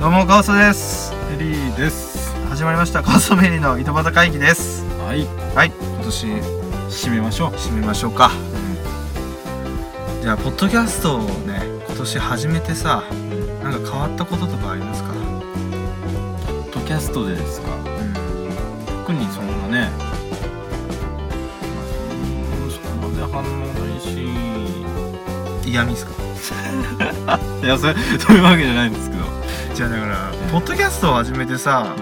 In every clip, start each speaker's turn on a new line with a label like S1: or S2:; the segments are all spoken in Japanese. S1: どうもカオスです
S2: エリーです
S1: 始まりましたカオストメリーの井戸端会議です
S2: はい
S1: はい
S2: 今年締めましょう、
S1: 締めましょうか
S2: じゃあポッドキャストをね今年始めてさなんか変わったこととかありますか
S3: ポッドキャストでですか特にそんなねうんそこまで反応ないし
S2: 嫌味ですか
S3: いやそれ そういうわけじゃないんですけど、
S2: じゃあだからポッドキャストを始めてさ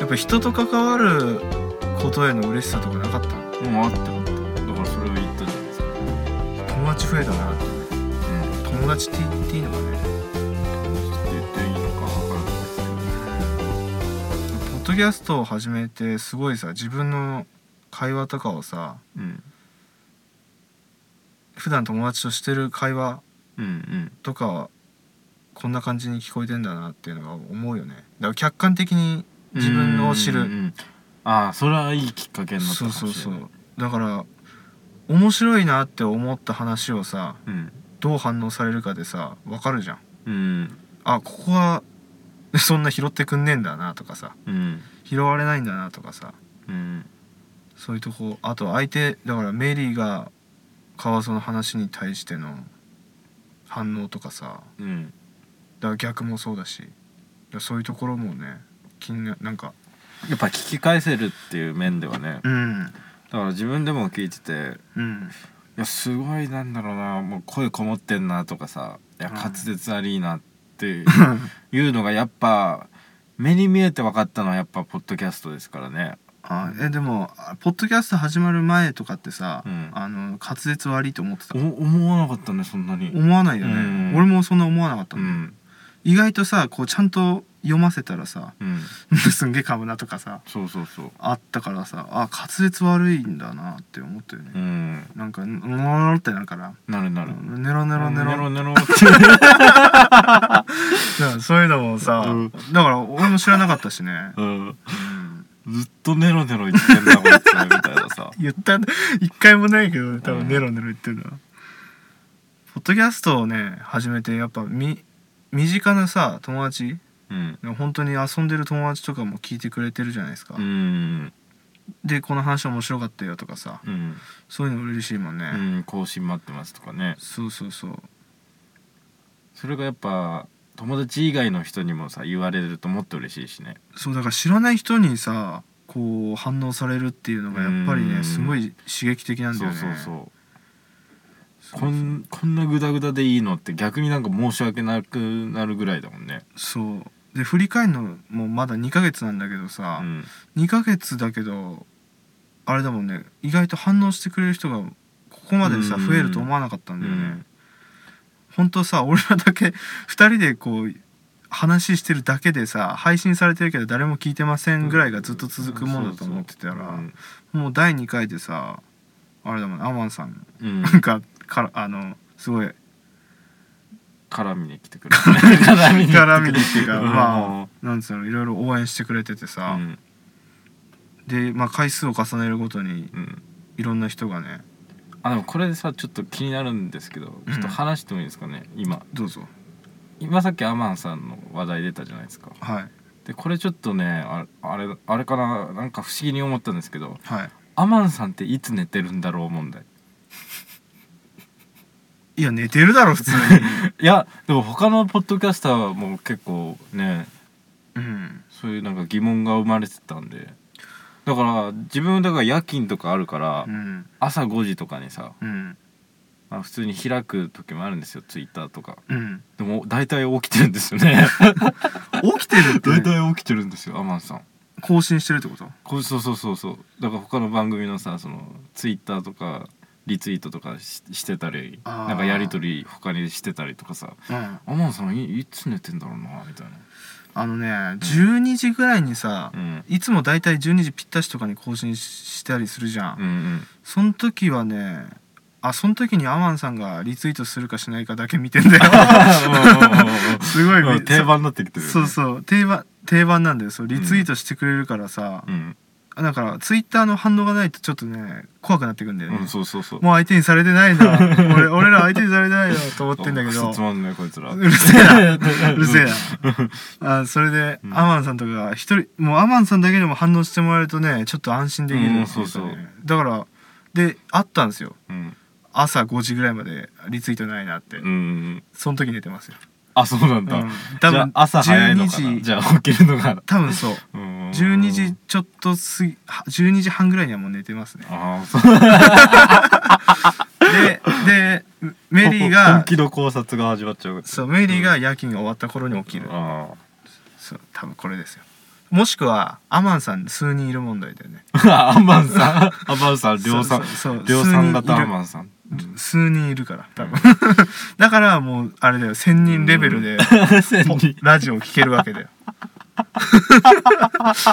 S2: やっぱ人と関わることへの嬉しさとかなかった
S3: もうあってあってだからそれを言ったじゃないですか、
S2: 友達増えたなって友達って言っていいのかね
S3: うん、ちょっと言っていいのか分からないですけど
S2: ポッドキャストを始めてすごいさ自分の会話とかをさ
S3: うん
S2: 普段友達としてる会話
S3: うん
S2: とかこんな感じに聞こえてんだなっていうのが思うよねだから客観的に
S3: うん
S2: 自分を知る
S3: うんうんああそれはいいきっかけになったか
S2: そう
S3: もし
S2: そ
S3: れ
S2: う
S3: ない
S2: そうだから面白いなって思った話をさ
S3: うん
S2: どう反応されるかでさ分かるじゃん
S3: うん
S2: あここは そんな拾ってくんねえんだなとかさ
S3: うん
S2: 拾われないんだなとかさ
S3: うん
S2: そういうとこあと相手だからメリーが川ワの話に対しての反応とかさ
S3: うん
S2: だから逆もそうだしだからそういうところもね気にななんか
S3: やっぱ聞き返せるっていう面ではね
S2: うん
S3: だから自分でも聞いてて
S2: うん
S3: いやすごいなんだろうなもう声こもってんなとかさいや
S2: うん
S3: 滑舌悪いなっていうのがやっぱ目に見えて分かったのはやっぱポッドキャストですからね
S2: あえでもあポッドキャスト始まる前とかってさ、
S3: うん
S2: あの滑舌悪いと思ってた
S3: お思わなかったねそんなに
S2: 思わないよね、
S3: うん
S2: 俺もそんな思わなかった
S3: う
S2: の、
S3: ん
S2: 意外とさこうちゃんと読ませたらさ
S3: うん
S2: すんげえかぶなとかさ
S3: そうそうそう
S2: あったからさあ滑舌悪いんだなって思ったよね、
S3: うん
S2: なんかノロノロってなるから
S3: なるなる
S2: ネロネロネ
S3: ネ
S2: ロ
S3: ロ
S2: だ
S3: ネロって
S2: からそういうのもさ、
S3: うん
S2: だから俺も知らなかったしね、
S3: うん
S2: うん
S3: ずっとネロネロ言ってんだこいつみたいなさ
S2: 言ったん一回もないけど多
S3: うん
S2: 分ネロネロ言ってるのは、ポッドキャストをね始めてやっぱみ身近なさ友達
S3: うん
S2: 本当に遊んでる友達とかも聞いてくれてるじゃないですか、
S3: うん
S2: でこの話面白かったよとかさ
S3: うん
S2: そういうの嬉しいもんね、
S3: うん更新待ってますとかね
S2: そうそうそう
S3: それがやっぱ友達以外の人にもさ言われるともっと嬉しいしね
S2: そうだから知らない人にさこう反応されるっていうのがやっぱり
S3: う
S2: ね
S3: ん
S2: すごい刺激的なんだ
S3: そ
S2: よ
S3: う
S2: ね
S3: そうそう
S2: そう
S3: こんこんなグダグダでいいのって逆になんか申し訳なくなるぐらいだもんね
S2: そうで振り返るのもまだ2ヶ月なんだけどさ、
S3: うん
S2: 2ヶ月だけどあれだもんね意外と反応してくれる人がここまでさ
S3: うん
S2: 増えると思わなかったんだよ
S3: う
S2: ね
S3: ん
S2: 本当さ俺らだけ2人でこう話してるだけでさ配信されてるけど誰も聞いてませんぐらいがずっと続くものだと思ってたら、
S3: うん
S2: もう第2回でさあれだもんねアマンさん
S3: うん
S2: がからあのすごい
S3: 絡みに来てくれる絡み
S2: 絡みにって いうか
S3: うん
S2: まあなんつうのいろいろ応援してくれてて
S3: う
S2: さ、
S3: ん
S2: で、まあ、回数を重ねるごとに
S3: うん
S2: いろんな人がね
S3: あでもこれでさちょっと気になるんですけどちょっと話してもいいですかね、今
S2: どうぞ
S3: 今さっきアマンさんの話題出たじゃないですか
S2: はい
S3: でこれちょっとねああれあれかななんか不思議に思ったんですけど
S2: はい
S3: アマンさんっていつ寝てるんだろう問題
S2: いや寝てるだろ普通に
S3: いやでも他のポッドキャスターはもう結構ね
S2: うん
S3: そういうなんか疑問が生まれてたんでだから自分だから夜勤とかあるから、
S2: うん
S3: 朝5時とかにさ、
S2: うん
S3: まあ、普通に開く時もあるんですよツイッターとか
S2: うん
S3: でも大体起きてるんですよ ね
S2: 起きてるってね、
S3: 大体起きてるんですよアマンさん
S2: 更新してるってこと
S3: こうそうそうそうそうだから他の番組のさそのツイッターとかリツイートとかししてたり
S2: あー
S3: なんかやり取り他にしてたりとかさ
S2: うん
S3: アマンさんいいつ寝てんだろうなみたいな
S2: あのね12時ぐらいにさ、
S3: うん
S2: いつもだいたい12時ぴったしとかに更新ししたりするじゃん、
S3: うんうん
S2: その時はねあその時にアマンさんがリツイートするかしないかだけ見てんだよすごい
S3: うん
S2: 見
S3: 定番になってきてるよね
S2: そうそう定番定番なんだよそうリツイートしてくれるからさ、
S3: うん
S2: だからツイッターの反応がないとちょっとね怖くなってくんだよね、
S3: うんそうそうそう
S2: もう相手にされてないな俺俺ら相手にされてないよと思ってんだけ
S3: ク
S2: ど
S3: ソつまんないこいつら
S2: うるせえ なうるせえ
S3: な
S2: なあそれで、
S3: うん
S2: アマンさんとかが一人もうアマンさんだけでも反応してもらえるとねちょっと安心できるっていかね
S3: うんそうそう
S2: だからで会ったんですよ
S3: うん
S2: 朝5時ぐらいまでリツイートないなって、
S3: うんうん
S2: その時寝てますよ、
S3: あそうなん
S2: う
S3: だ
S2: ん多
S3: じゃあ
S2: 分
S3: 朝早いのか
S2: 12
S3: な
S2: 時
S3: じゃあ起きるのが
S2: 多分そう
S3: うん
S2: 12時ちょっと過ぎは12時半ぐらいにはもう寝てますね
S3: ああそう
S2: ででメリーが
S3: 本気の考察が始まっちゃう
S2: そうメリーが夜勤が終わった頃に起きる
S3: ああ
S2: そう多分これですよもしくはアマンさん数人いる問題だよね
S3: アマンさんアマンさん量産
S2: そうそうそう
S3: 量産型アマンさん
S2: 数人いるから多分 だからもうあれだよ1000人レベルで
S3: 千人
S2: ラジオ聴けるわけだ よ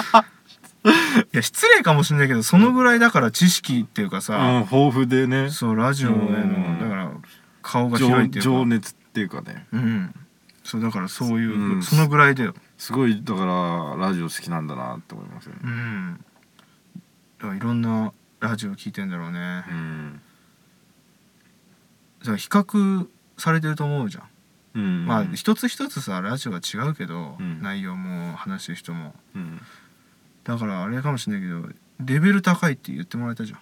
S2: いや失礼かもしれないけどそのぐらいだから知識っていうか
S3: う
S2: さ、
S3: ん豊富でね
S2: そうラジオへ
S3: うん
S2: のだから顔が広いっ
S3: 情
S2: ていうか
S3: 情熱っていうかね
S2: うんそうだからそういう、
S3: うん
S2: そのぐらいだよ
S3: すごいだからラジオ好きなんだなって思いますよね
S2: うんだからいろんなラジオ聞いてんだろうね
S3: うん
S2: だから比較されてると思うじゃん、
S3: うん
S2: まあ一つ一つさラジオが違うけど、
S3: うん
S2: 内容も話してる人も
S3: うん
S2: だからあれかもしれないけどレベル高いって言ってもらえたじゃ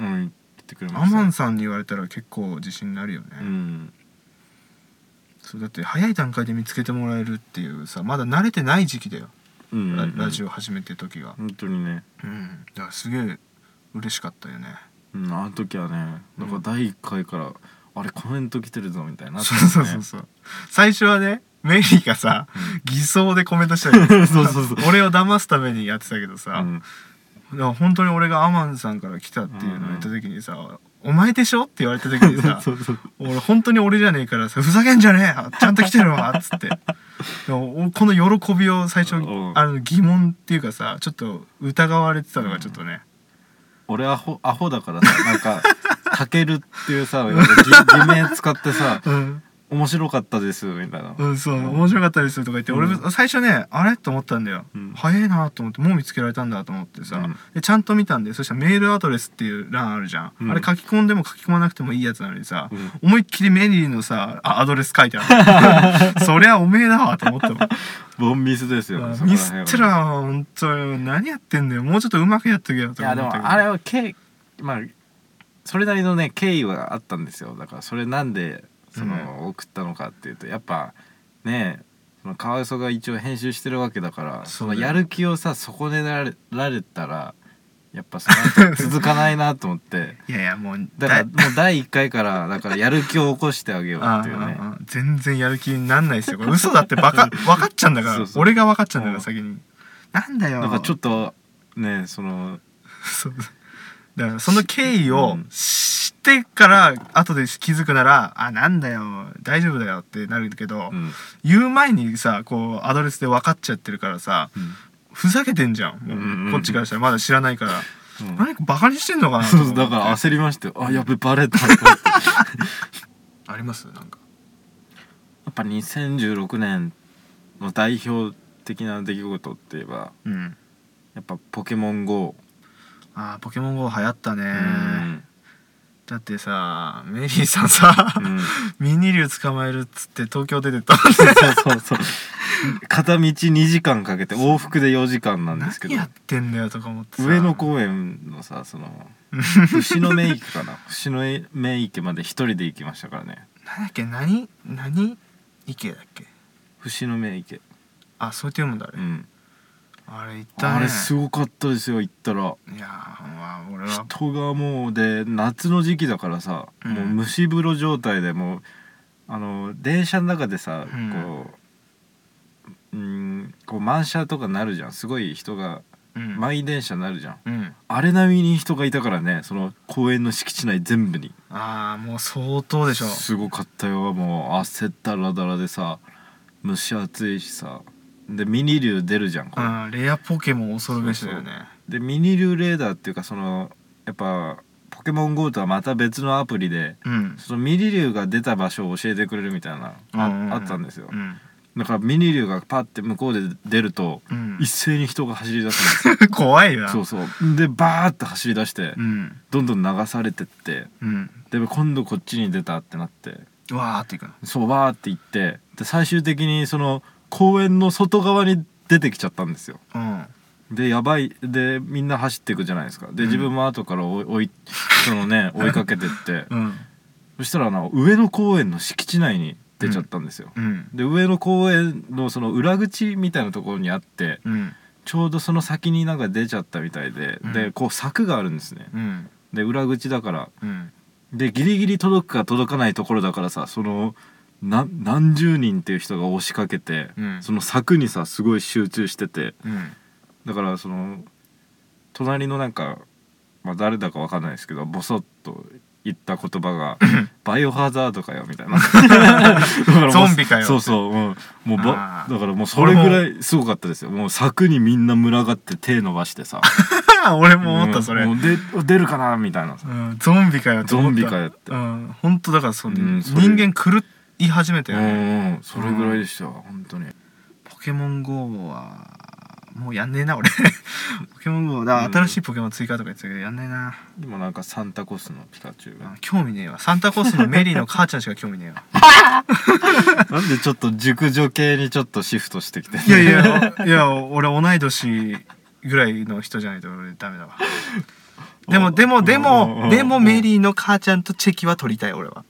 S2: ん
S3: うん言ってくれま
S2: ア
S3: した
S2: マンさんに言われたら結構自信になるよね、
S3: うん
S2: そうだって早い段階で見つけてもらえるっていうさまだ慣れてない時期だよ、
S3: うん
S2: ララジ
S3: オ
S2: オ始めてる時が
S3: 本当にね
S2: うんだからすげえ嬉しかったよね
S3: うんあの時はねだから第一回からあれコメント来てるぞみたいにな
S2: そうそうそうそう最初はねメリーがさ偽装でコメントしたり
S3: そうそうそう
S2: 俺を騙すためにやってたけどさ、
S3: うん
S2: だから本当に俺がアマンさんから来たっていうのを言った時にさ「お前でしょ?」って言われた時にさ
S3: そうそう
S2: 俺本当に俺じゃねえからさ「ふざけんじゃねえよちゃんと来てるわ」っつってでもおこの喜びを最初、
S3: うん
S2: あの疑問っていうかさちょっと疑われてたのがちょっとね、
S3: 俺アホアホだからさな んか「かける」っていうさ偽偽名使ってさ
S2: うん
S3: 「面白かったです」みたいな、
S2: うん、そう面白かったですとか言って、
S3: うん
S2: 俺最初ねあれと思ったんだよ、
S3: うん
S2: 早いなと思ってもう見つけられたんだと思ってさ、
S3: うん
S2: でちゃんと見たんでそしたらメールアドレスっていう欄あるじゃん、
S3: うん
S2: あれ書き込んでも書き込まなくてもいいやつなのにさ、
S3: うん
S2: 思いっきりメリーのさあアドレス書いてあ るそりゃおめえだわと思ったもん
S3: ボンミスですよ、
S2: うん
S3: そこら
S2: ミ
S3: 辺
S2: ス
S3: は
S2: ってらは本当よ何やってんだよもうちょっとうまくやっとけよ
S3: い
S2: とか
S3: やで
S2: 思っ
S3: も
S2: たけど
S3: あれは経緯まあそれなりのね経緯はあったんですよだからそれなんでその、送ったのかっていうとやっぱねそのカワウソが一応編集してるわけだから
S2: そ
S3: そう
S2: だ
S3: の
S2: よ
S3: やる気をさ損ねられられたらやっぱその後続かないなと思って。
S2: いやいやもう
S3: だから
S2: だ
S3: もう第1回からだからやる気を起こしてあげよう
S2: あ
S3: っていうね
S2: あああ全然やる気になんない ですよこれ嘘だってバカ分かっちゃうんだから
S3: そうそう
S2: 俺が分かっちゃうんだから先になんだよ
S3: なんかちょっとねその
S2: そう だからその経緯を
S3: うん
S2: 知ってから後で気づくなら「あなんだよ大丈夫だよ」ってなるけど、
S3: うん
S2: 言う前にさこうアドレスで分かっちゃってるからさふざけてんじゃんもう、
S3: うんうんうん
S2: こっちからしたらまだ知らないから、
S3: うん
S2: 何かバカにしてんのかなと
S3: そ
S2: 思っ
S3: うそ
S2: て
S3: うだから焦りましてあやべバレたと思って
S2: ありますなんか
S3: やっぱ2016年の代表的な出来事って言えば
S2: うん
S3: やっぱ「ポケモン GO
S2: あーポケモン GO 流行ったね」
S3: うん
S2: だってさメリーさんさ、
S3: うん
S2: ミニ竜捕まえるっつって東京出てった
S3: そうそうそう片道2時間かけて往復で4時間なんですけ
S2: 何
S3: ど
S2: やってんだよとか思ってさ
S3: 上野公園のさ その牛の目池かな牛の目池まで一人で行きましたからね
S2: なんだっけ何何池だっけ
S3: 牛の目池
S2: あそうやって読むんだあれ、
S3: うん
S2: あれ行ったね
S3: あれすごかったですよ行ったら
S2: いやーまあ俺は
S3: 人がもうで夏の時期だからさ、
S2: うん
S3: もう蒸し風呂状態でもうあの電車の中でさ、
S2: うん
S3: こううんこう満車とかなるじゃんすごい人が
S2: うん
S3: 満員電車になるじゃん、
S2: うん
S3: あれ並みに人がいたからねその公園の敷地内全部に
S2: ああもう相当でしょ
S3: すごかったよもう汗だらだらでさ蒸し暑いしさでミニ竜出るじゃんこ
S2: う
S3: れ、
S2: んレアポケモン恐るべしだよね
S3: でミニ竜レーダーっていうかそのやっぱポケモン GO とはまた別のアプリで
S2: うん
S3: そのミリリュウが出た場所を教えてくれるみたいなあ,、
S2: うんうんうん
S3: あったんですよ、
S2: うん
S3: だからミニ流がパッて向こうで出ると、
S2: うん
S3: 一斉に人が走り出す んです
S2: 怖い
S3: よ
S2: な
S3: そうそうでバーって走り出して、
S2: うん
S3: どんどん流されてって
S2: うん
S3: で今度こっちに出たってなって
S2: わーっていくの
S3: そうバーって行ってで最終的にその公園の外側に出てきちゃったんですよ
S2: うん
S3: でやばいでみんな走っていくじゃないですかで自分も後から追い追いそ のね追いかけてって
S2: うん
S3: そしたらな上野公園の敷地内に出ちゃったんですよ、
S2: うん
S3: で上野公園のその裏口みたいなところにあって
S2: うん
S3: ちょうどその先になんか出ちゃったみたいで、
S2: うん
S3: でこう柵があるんですね
S2: うん
S3: で裏口だから
S2: うん
S3: でギリギリ届くか届かないところだからさそのな何十人っていう人が押しかけて、
S2: うん
S3: その柵にさすごい集中してて
S2: うん
S3: だからその隣のなんか、まあ、誰だかわかんないですけどボソッと言った言葉 が「バイオハザードかよ」みたいなだからもう
S2: ゾンビかよ
S3: そうそう、うん、もうば
S2: あー
S3: だからもうそれぐらいすごかったですよもう柵にみんな群がって手伸ばしてさ
S2: 俺 も思ったそれ、
S3: んもうで出るかなみたいなさ
S2: うん、ゾンビかよって思った
S3: ゾンビかよって
S2: うん本当だからその、
S3: うんそれ
S2: 人間狂い始めた
S3: うん
S2: よね、
S3: うんそれぐらいでした、本当に
S2: ポケモン GO はもうやんねえ な俺ポケモン GO だ
S3: うん
S2: 新しいポケモン追加とか言ってたけどやんねえな、
S3: 今なんかサンタコスのピカチュウが
S2: あ興味ねえわサンタコースのメリーの母ちゃんしか興味ねえわ
S3: なんでちょっと熟女系にちょっとシフトしてきて
S2: いやい やいや俺同い年ぐらいの人じゃないと俺ダメ だわでもでもで
S3: うんうん
S2: もでも
S3: うん
S2: メリーの母ちゃんとチェキは取りたい俺は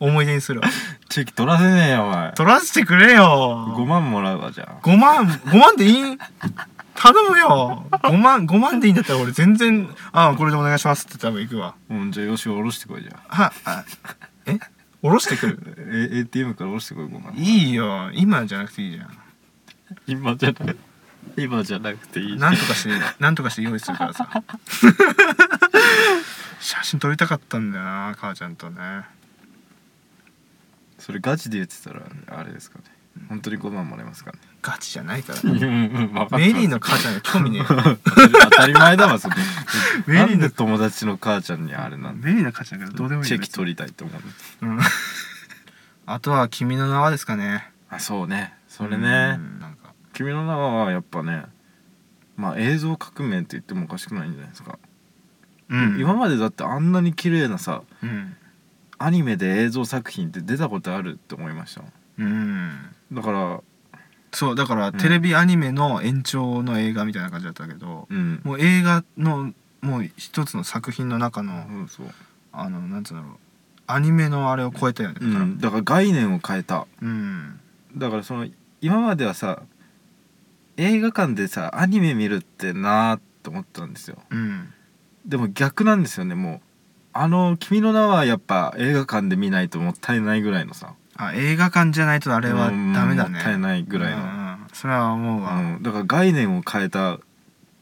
S2: 思い出にするわ
S3: チェキ取らせねえよお前
S2: 取らせてくれよ
S3: 5万もらうわじゃあ
S2: 5万5万でいい頼むよ5万5万でいいんだったら俺全然「ああこれでお願いします」って多分行くわ
S3: うんじゃあよし下ろしてこいじゃあ
S2: はあえ下ろしてくる
S3: え ATM から下ろしてこい5万
S2: いいよ今じゃなくていいじゃん
S3: 今じゃなく今じゃなくていい
S2: なんとかしてなんとかして用意するからさ写真撮りたかったんだよな母ちゃんとね
S3: それガチで言ってたらあれですかね本当に5万もらえますかね
S2: ガチじゃないから
S3: メ
S2: メリーの母ちゃんに興味ねえよ
S3: 当たり前だ わそれ
S2: メリー
S3: な
S2: の
S3: んで友達の母ちゃんにあれなんで
S2: メリーの母ちゃんからどうでもいい
S3: チ
S2: よ
S3: ェキ取りたいと思うんです
S2: 別にうんあとは「君の名は」ですかね
S3: あそうねそれ
S2: う
S3: ね
S2: んなんか
S3: 「君の名は」やっぱねまあ映像革命って言ってもおかしくないんじゃないですか、
S2: うん
S3: 今までだってあんなに綺麗なさ
S2: うん
S3: アニメで映像作品って出たことあるって思いましたもん
S2: うん
S3: だから
S2: そうだから
S3: ん
S2: テレビアニメの延長の映画みたいな感じだったけど、
S3: うん
S2: もう映画のもう一つの作品の中の、
S3: うんそう、
S2: あのなんつうんだろうアニメのあれを超えたよね
S3: う
S2: だから
S3: ん、だから概念を変えた
S2: うん
S3: だからその今まではさ映画館でさアニメ見るってなーって思ったんですよ
S2: うん
S3: でも逆なんですよねもうあの「君の名は」やっぱ映画館で見ないともったいないぐらいのさ
S2: あ映画館じゃないとあ
S3: あ
S2: れはダメだね
S3: もったいないぐらい
S2: うんう
S3: の、
S2: んそれは思うわ
S3: うん、だから概念を変えた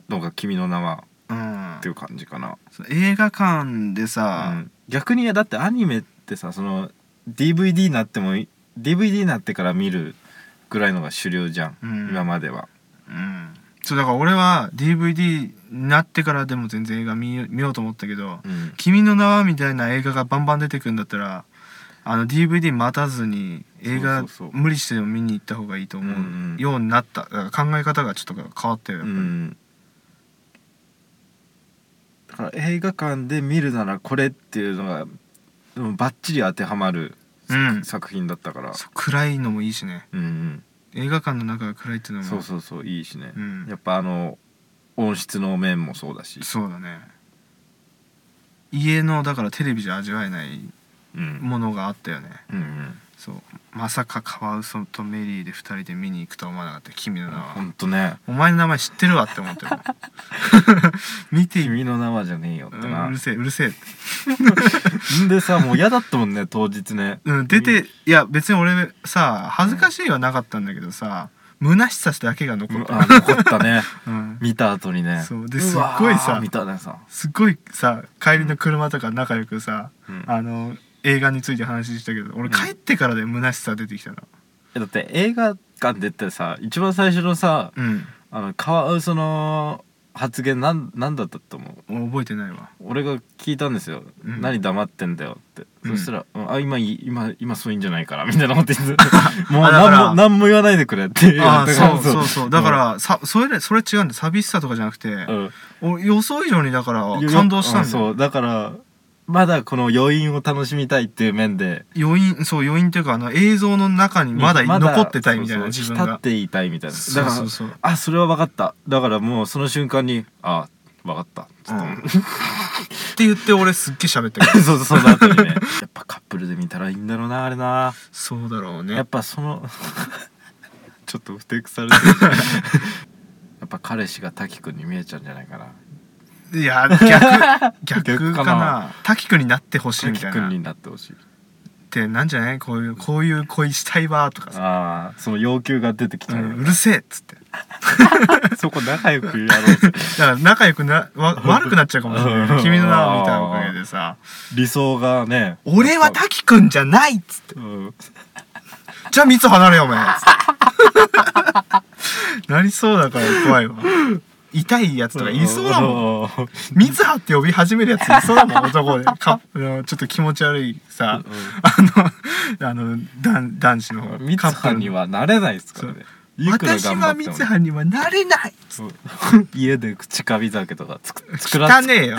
S3: のが「君の名は」
S2: うん
S3: っていう感じかな、
S2: そう映画館でさ、
S3: うん逆にだってアニメってさその DVD になってもい DVD になってから見るぐらいのが主流じゃん、
S2: うん
S3: 今までは
S2: うんそうだから俺は DVD になってからでも全然映画見よ見ようと思ったけど、
S3: うん
S2: 「君の名は」みたいな映画がバンバン出てくるんだったらあの DVD 待たずに映画
S3: そうそうそう
S2: 無理してでも見に行った方がいいと思
S3: うんうん
S2: うようになっただから考え方がちょっと変わったよやっ
S3: う
S2: ぱり、
S3: んだから映画館で見るならこれっていうのがでもバッチリ当てはまる作,、
S2: うん
S3: 作品だったから
S2: そう暗いのもいいしね
S3: うんうん
S2: 映画館の中が暗いっていうのも
S3: そうそうそういいしね、
S2: うん
S3: やっぱあの音質の面もそうだし、
S2: そうだね家のだからテレビじゃ味わえない
S3: うん
S2: ものがあったよね
S3: うんうん、
S2: そうまさかカワウソとメリーで2人で見に行くとは思わなかった君の名は、
S3: ほんとね
S2: お前の名前知ってるわって思って る見て
S3: 君の名はじゃねえよっ
S2: う
S3: てな、
S2: んうるせえうるせえって
S3: んでさもう嫌だったもんね 当日ね
S2: うん、出ていや別に俺さ恥ずかしいはなかったんだけどさ虚しさだけが残
S3: う
S2: っ
S3: ん
S2: た、
S3: あ残ったね
S2: うん、
S3: 見た後にね
S2: そうで
S3: わー
S2: すっごいさ
S3: 見たねさ、
S2: すっごいさ帰りの車とか仲良くさ、
S3: うん
S2: あの映画について話したけど俺
S3: ん
S2: 帰ってからで虚しさ出てきたの
S3: えだって映画館でってさ一番最初のさ、
S2: うん
S3: あのカワウソの発言なんなんだったと思う
S2: もう覚えてないわ
S3: 俺が聞いたんですよ「
S2: うん
S3: 何黙ってんだよ」って、
S2: うん
S3: そしたら「うんあ今いい今今そういいんじゃないから」みたいなこと 言ってもう
S2: あだから
S3: 何も何も言わないでくれって言
S2: あ
S3: わ
S2: あ
S3: れたから
S2: そうそうそうだから、さそれそれ違うんだ寂しさとかじゃなくて、
S3: うん
S2: 俺予想以上にだから感動した
S3: うん
S2: んだよ
S3: そうだからまだこの余韻を楽しみたいっていう面で
S2: 余韻そう余韻っていうかあの映像の中にまだ残ってたいみたいな
S3: そうそう
S2: 自分
S3: 浸
S2: が
S3: っていたいみたいなだ
S2: そ
S3: か
S2: う
S3: ら
S2: そうそう
S3: あそれは分かっただからもうその瞬間にあ分か ったちょっと、
S2: うんって言って俺すっげえ喋ってる
S3: そうそうその後に ねやっぱカップルで見たらいいんだろうなあれな
S2: そうだろう
S3: や
S2: ね
S3: っぱその ちょっとふてくされて るやっぱ彼氏が滝くんに見えちゃうんじゃないかない
S2: や 逆
S3: 逆
S2: 逆
S3: か
S2: か
S3: な
S2: な滝くんになってほしいみ
S3: 滝
S2: たい
S3: くん
S2: なっ
S3: になってほしい
S2: てなんじゃないこういうこういう恋したいわとかさ、
S3: ああその要求が出てきち
S2: う
S3: ゃう、
S2: ん、うるせえっつって
S3: そこ仲良くやろうぜ
S2: だから仲良くな わ悪くなっちゃうかもしれない君の名を見たおかげでさ
S3: 理想がね
S2: 「俺は滝くんじゃない!」っつって
S3: うん
S2: 「じゃあ三つ離れよお前」っつ ってなりそうだから怖いわ痛いやつとかいそうだもん
S3: もん
S2: ミツハって呼び始めるやついそうだもん 男でカップのちょっと気持ち悪いさあのあ の男男子のカ
S3: ミツハ
S2: ップ
S3: にはなれないですからねいくら
S2: 私
S3: 頑張
S2: は
S3: っ
S2: ミ
S3: ても
S2: ツハにはなれない
S3: うん家で口カビ酒とかつく作ら
S2: 汚
S3: せ
S2: ねえよ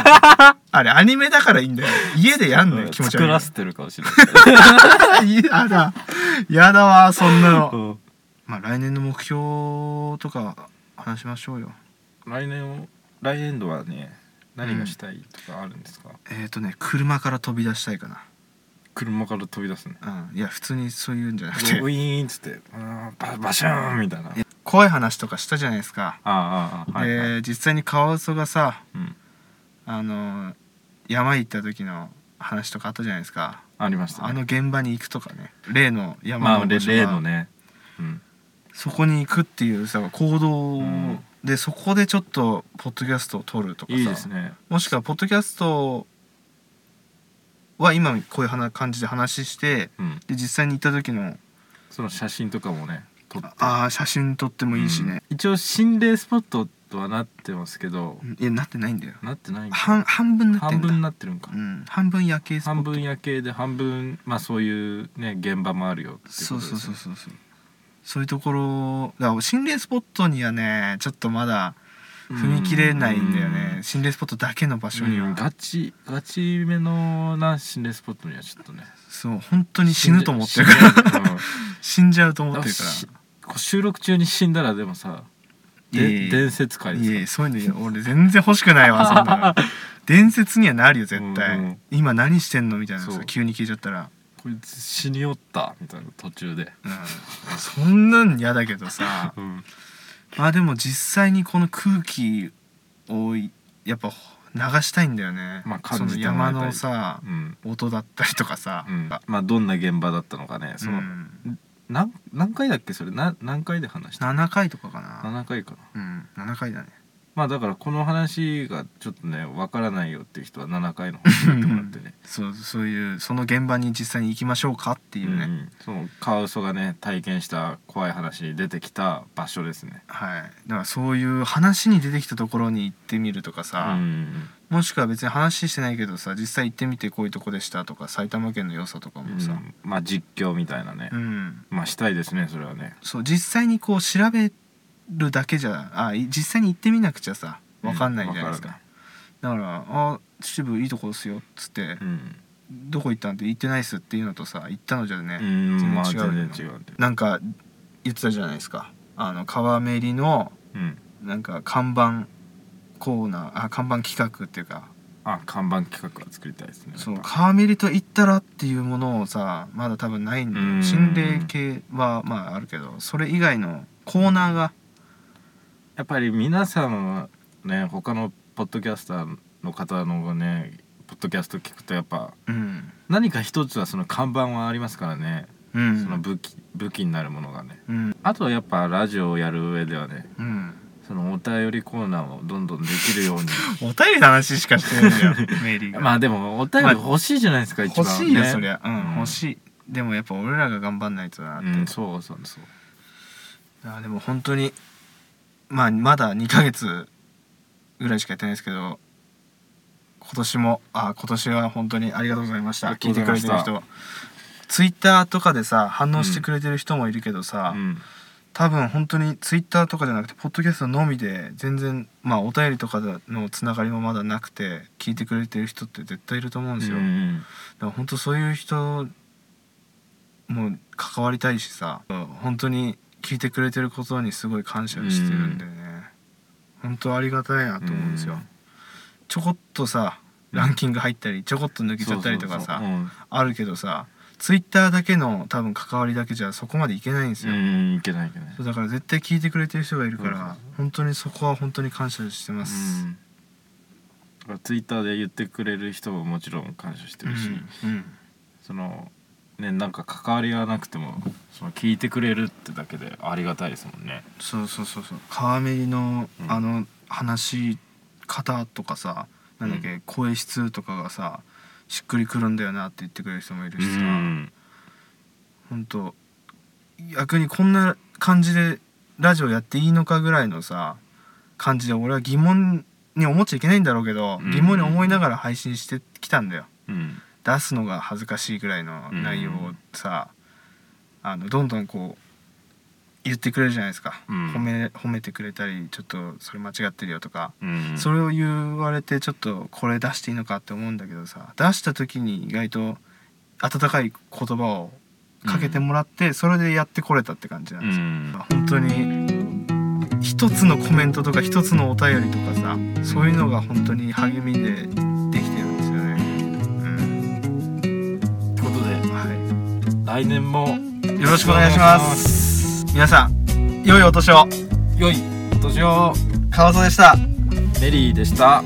S2: あれアニメだからいいんだよ家でやんのよ気持ち悪
S3: 作
S2: い
S3: らせてるかもしれない
S2: やだやだわそんな
S3: う
S2: の
S3: ん
S2: まあ来年の目標とか話しましょうよ
S3: 来年を来年度はね何がしたいとかあるんですか、
S2: えっ、ー、とね車から飛び出したいか
S3: 車から飛び出 すね
S2: なうんいや普通にそういうんじゃな
S3: ウ
S2: くて
S3: ィーンっつってうんババシャーンみたいなあー
S2: 怖い話とかしたじゃないですか
S3: あーあーはいはい、
S2: で実際にカワウソがさ
S3: うん、
S2: あの山行った時の話とかあったじゃないですか
S3: ありました、ね、
S2: あの現場に行くとかね例の山
S3: まあ
S2: の場
S3: 例
S2: 所が
S3: 例のね、うん、
S2: そこに行くっていうさ行動を
S3: うん
S2: でそこでちょっとポッドキャストを撮るとかさ
S3: いいですね
S2: もしくはポッドキャストは今こういう話感じで話して
S3: うん
S2: で実際に行った時の
S3: その写真とかもね撮って
S2: ああ写真撮ってもいいしね、
S3: うん一応心霊スポットとはなってますけど、
S2: うんいやなってないんだよ
S3: なってないんだ
S2: 半半分なって
S3: 半
S2: んだ
S3: 分なってるんか、
S2: うん、半分夜景スポット
S3: 半分夜景で半分まあそういうね現場もあるよっていうこ
S2: そ
S3: と
S2: う
S3: です
S2: そう
S3: ね
S2: そうそうそうそういうところだから心霊スポットにはねちょっとまだ踏み切れないんだよね心霊スポットだけの場
S3: う
S2: 所
S3: ん
S2: には、
S3: ガチガチめのな心霊スポットにはちょっとね
S2: そう本当に死ぬ と思ってるから
S3: ら、うん
S2: 死んじゃうと思ってるか
S3: しこう収録中に死んだらでもさで
S2: いえいえ
S3: 伝説界
S2: ら
S3: で
S2: い
S3: す
S2: やいやそういうの俺全然欲しくないわそんなの 伝説にはなるよ絶対、
S3: うんうん
S2: 今何してんのみたいな
S3: そ
S2: さ
S3: う
S2: 急に聞いちゃったら、
S3: こいつ死によったみたいな途中で、
S2: うん、そんなん嫌だけど さ
S3: うん、
S2: まあでも実際にこの空気をやっぱ流したいんだよね、
S3: まあ
S2: そ
S3: 感
S2: の
S3: じてもら
S2: 山
S3: いたい
S2: のさ
S3: うん
S2: 音だったりとかさ、
S3: うんまあどんな現場だったのかねその、
S2: うん
S3: なん何回だっけそれな何回で話した
S2: 7回とかかな、
S3: 7回かな
S2: うん、7回だね
S3: まあだからこの話がちょっとねわからないよっていう人は7回の方聞いてもらってね
S2: そうそういうその現場に実際に行きましょうかって いうね、
S3: うんそのカワウソがね体験した怖い話に出てきた場所ですね
S2: はいだからそういう話に出てきたところに行ってみるとか
S3: う
S2: さ、
S3: ん
S2: もしくは別に話してないけどさ実際行ってみてこういうとこでしたとか埼玉県の良さとかも
S3: う
S2: さ、
S3: んまあ実況みたいなね、
S2: うん
S3: まあしたいですねそれはね
S2: そう実際にこう調べるだけじゃあい実際に行ってみなくちゃさ分かんないじゃないですか、だから「あ秩父いいとこですよ」っつって、
S3: うん
S2: どこ行ったんって行ってないっすっていうのとさ行ったのじゃね、
S3: うんまあ
S2: 全
S3: 全
S2: 然違うよ
S3: 然違うんで
S2: なんか言ってたじゃないですかあの川メリの
S3: うん
S2: なんか看板コーナーあ看板企画っていうか
S3: あ看板企画は作りたいですね
S2: そう
S3: やっぱ
S2: 川メリと行ったらっていうものをさまだ多分ないんで
S3: うん
S2: 心霊系はまああるけどそれ以外のコーナーが
S3: やっぱり皆さんはね他のポッドキャスターの方のねポッドキャスト聞くとやっぱ
S2: うん
S3: 何か一つはその看板はありますからね、
S2: うん
S3: その武器武器になるものがね
S2: うん
S3: あとはやっぱラジオをやる上ではね
S2: うん
S3: そのお便りコーナーをどんどんできるように
S2: お便りの話しかしてないじゃん メ リーが、
S3: まあでもお便り欲しいじゃないですか、一
S2: 欲
S3: 番、
S2: しいよ、
S3: ね
S2: そりゃうん、
S3: うん
S2: 欲しいでもやっぱ俺らが頑張んないとなって、
S3: うんそうそうそう
S2: あーでも本当にまあまだ2ヶ月ぐらいしかやってないですけど今年もあ今年は本当にありがとうございました
S3: あり
S2: 聞い
S3: がと
S2: て
S3: う
S2: く
S3: ござ
S2: れ
S3: いま
S2: る
S3: してた
S2: 人はツイッターとかでさ反応してくれてる人もいるけどさ、
S3: うん
S2: 多分本当にツイッターとかじゃなくてポッドキャストのみで全然まあお便りとかのつながりもまだなくて聞いてくれてる人って絶対いると思うんですよ、
S3: う
S2: だ
S3: ん
S2: から本当そういう人も関わりたいしさ本当に聞いてくれてることにすごい感謝してるんでね、本当ありがたいなと思うんですよ、
S3: うん
S2: ちょこっとさランキング入ったりちょこっと抜けちゃったりとかさ
S3: そうそうそう
S2: あるけどさツイッターだけの多分関わりだけじゃそこまでいけないんです
S3: う
S2: よ、
S3: んうんいけないいけない
S2: そうだから絶対聞いてくれてる人がいるか
S3: そうそう
S2: ら本当にそこは本当に感謝してます、
S3: うん、ツイッターで言ってくれる人ももちろん感謝して
S2: うん
S3: るし、
S2: うん
S3: そのねなんか関わりがなくてもその聞いてくれるってだけでありがたいですもんね。
S2: そうそうそうそう川メリの
S3: うん
S2: あの話し方とかさ、なんだっけ声質とかがさしっくりくるんだよなって言ってくれる人もいるしさ、
S3: うん
S2: 本当逆にこんな感じでラジオやっていいのかぐらいのさ感じで俺は疑問に思っちゃいけないんだろうけど、
S3: うん
S2: 疑問に思いながら配信してきたんだよ
S3: うん
S2: 出すのが恥ずかしいぐらいの内容をさ、あのどんどんこう言ってくれるじゃないですか、
S3: うん
S2: 褒め褒めてくれたりちょっとそれ間違ってるよとか、
S3: うん、
S2: それを言われてちょっとこれ出していいのかって思うんだけどさ出した時に意外と温かい言葉をかけてもらって、それでやってこれたって感じなん
S3: う
S2: ですよ、
S3: ん
S2: まあ本当に一つのコメントとか一つのお便りとかさそういうのが本当に励みでできてるんですよね。
S3: ってことで
S2: うんは
S3: 来年も
S2: い、よろしくお願いします。皆さん良いお年を。
S3: 良いお年を
S2: 川添でした。
S3: メリーでした。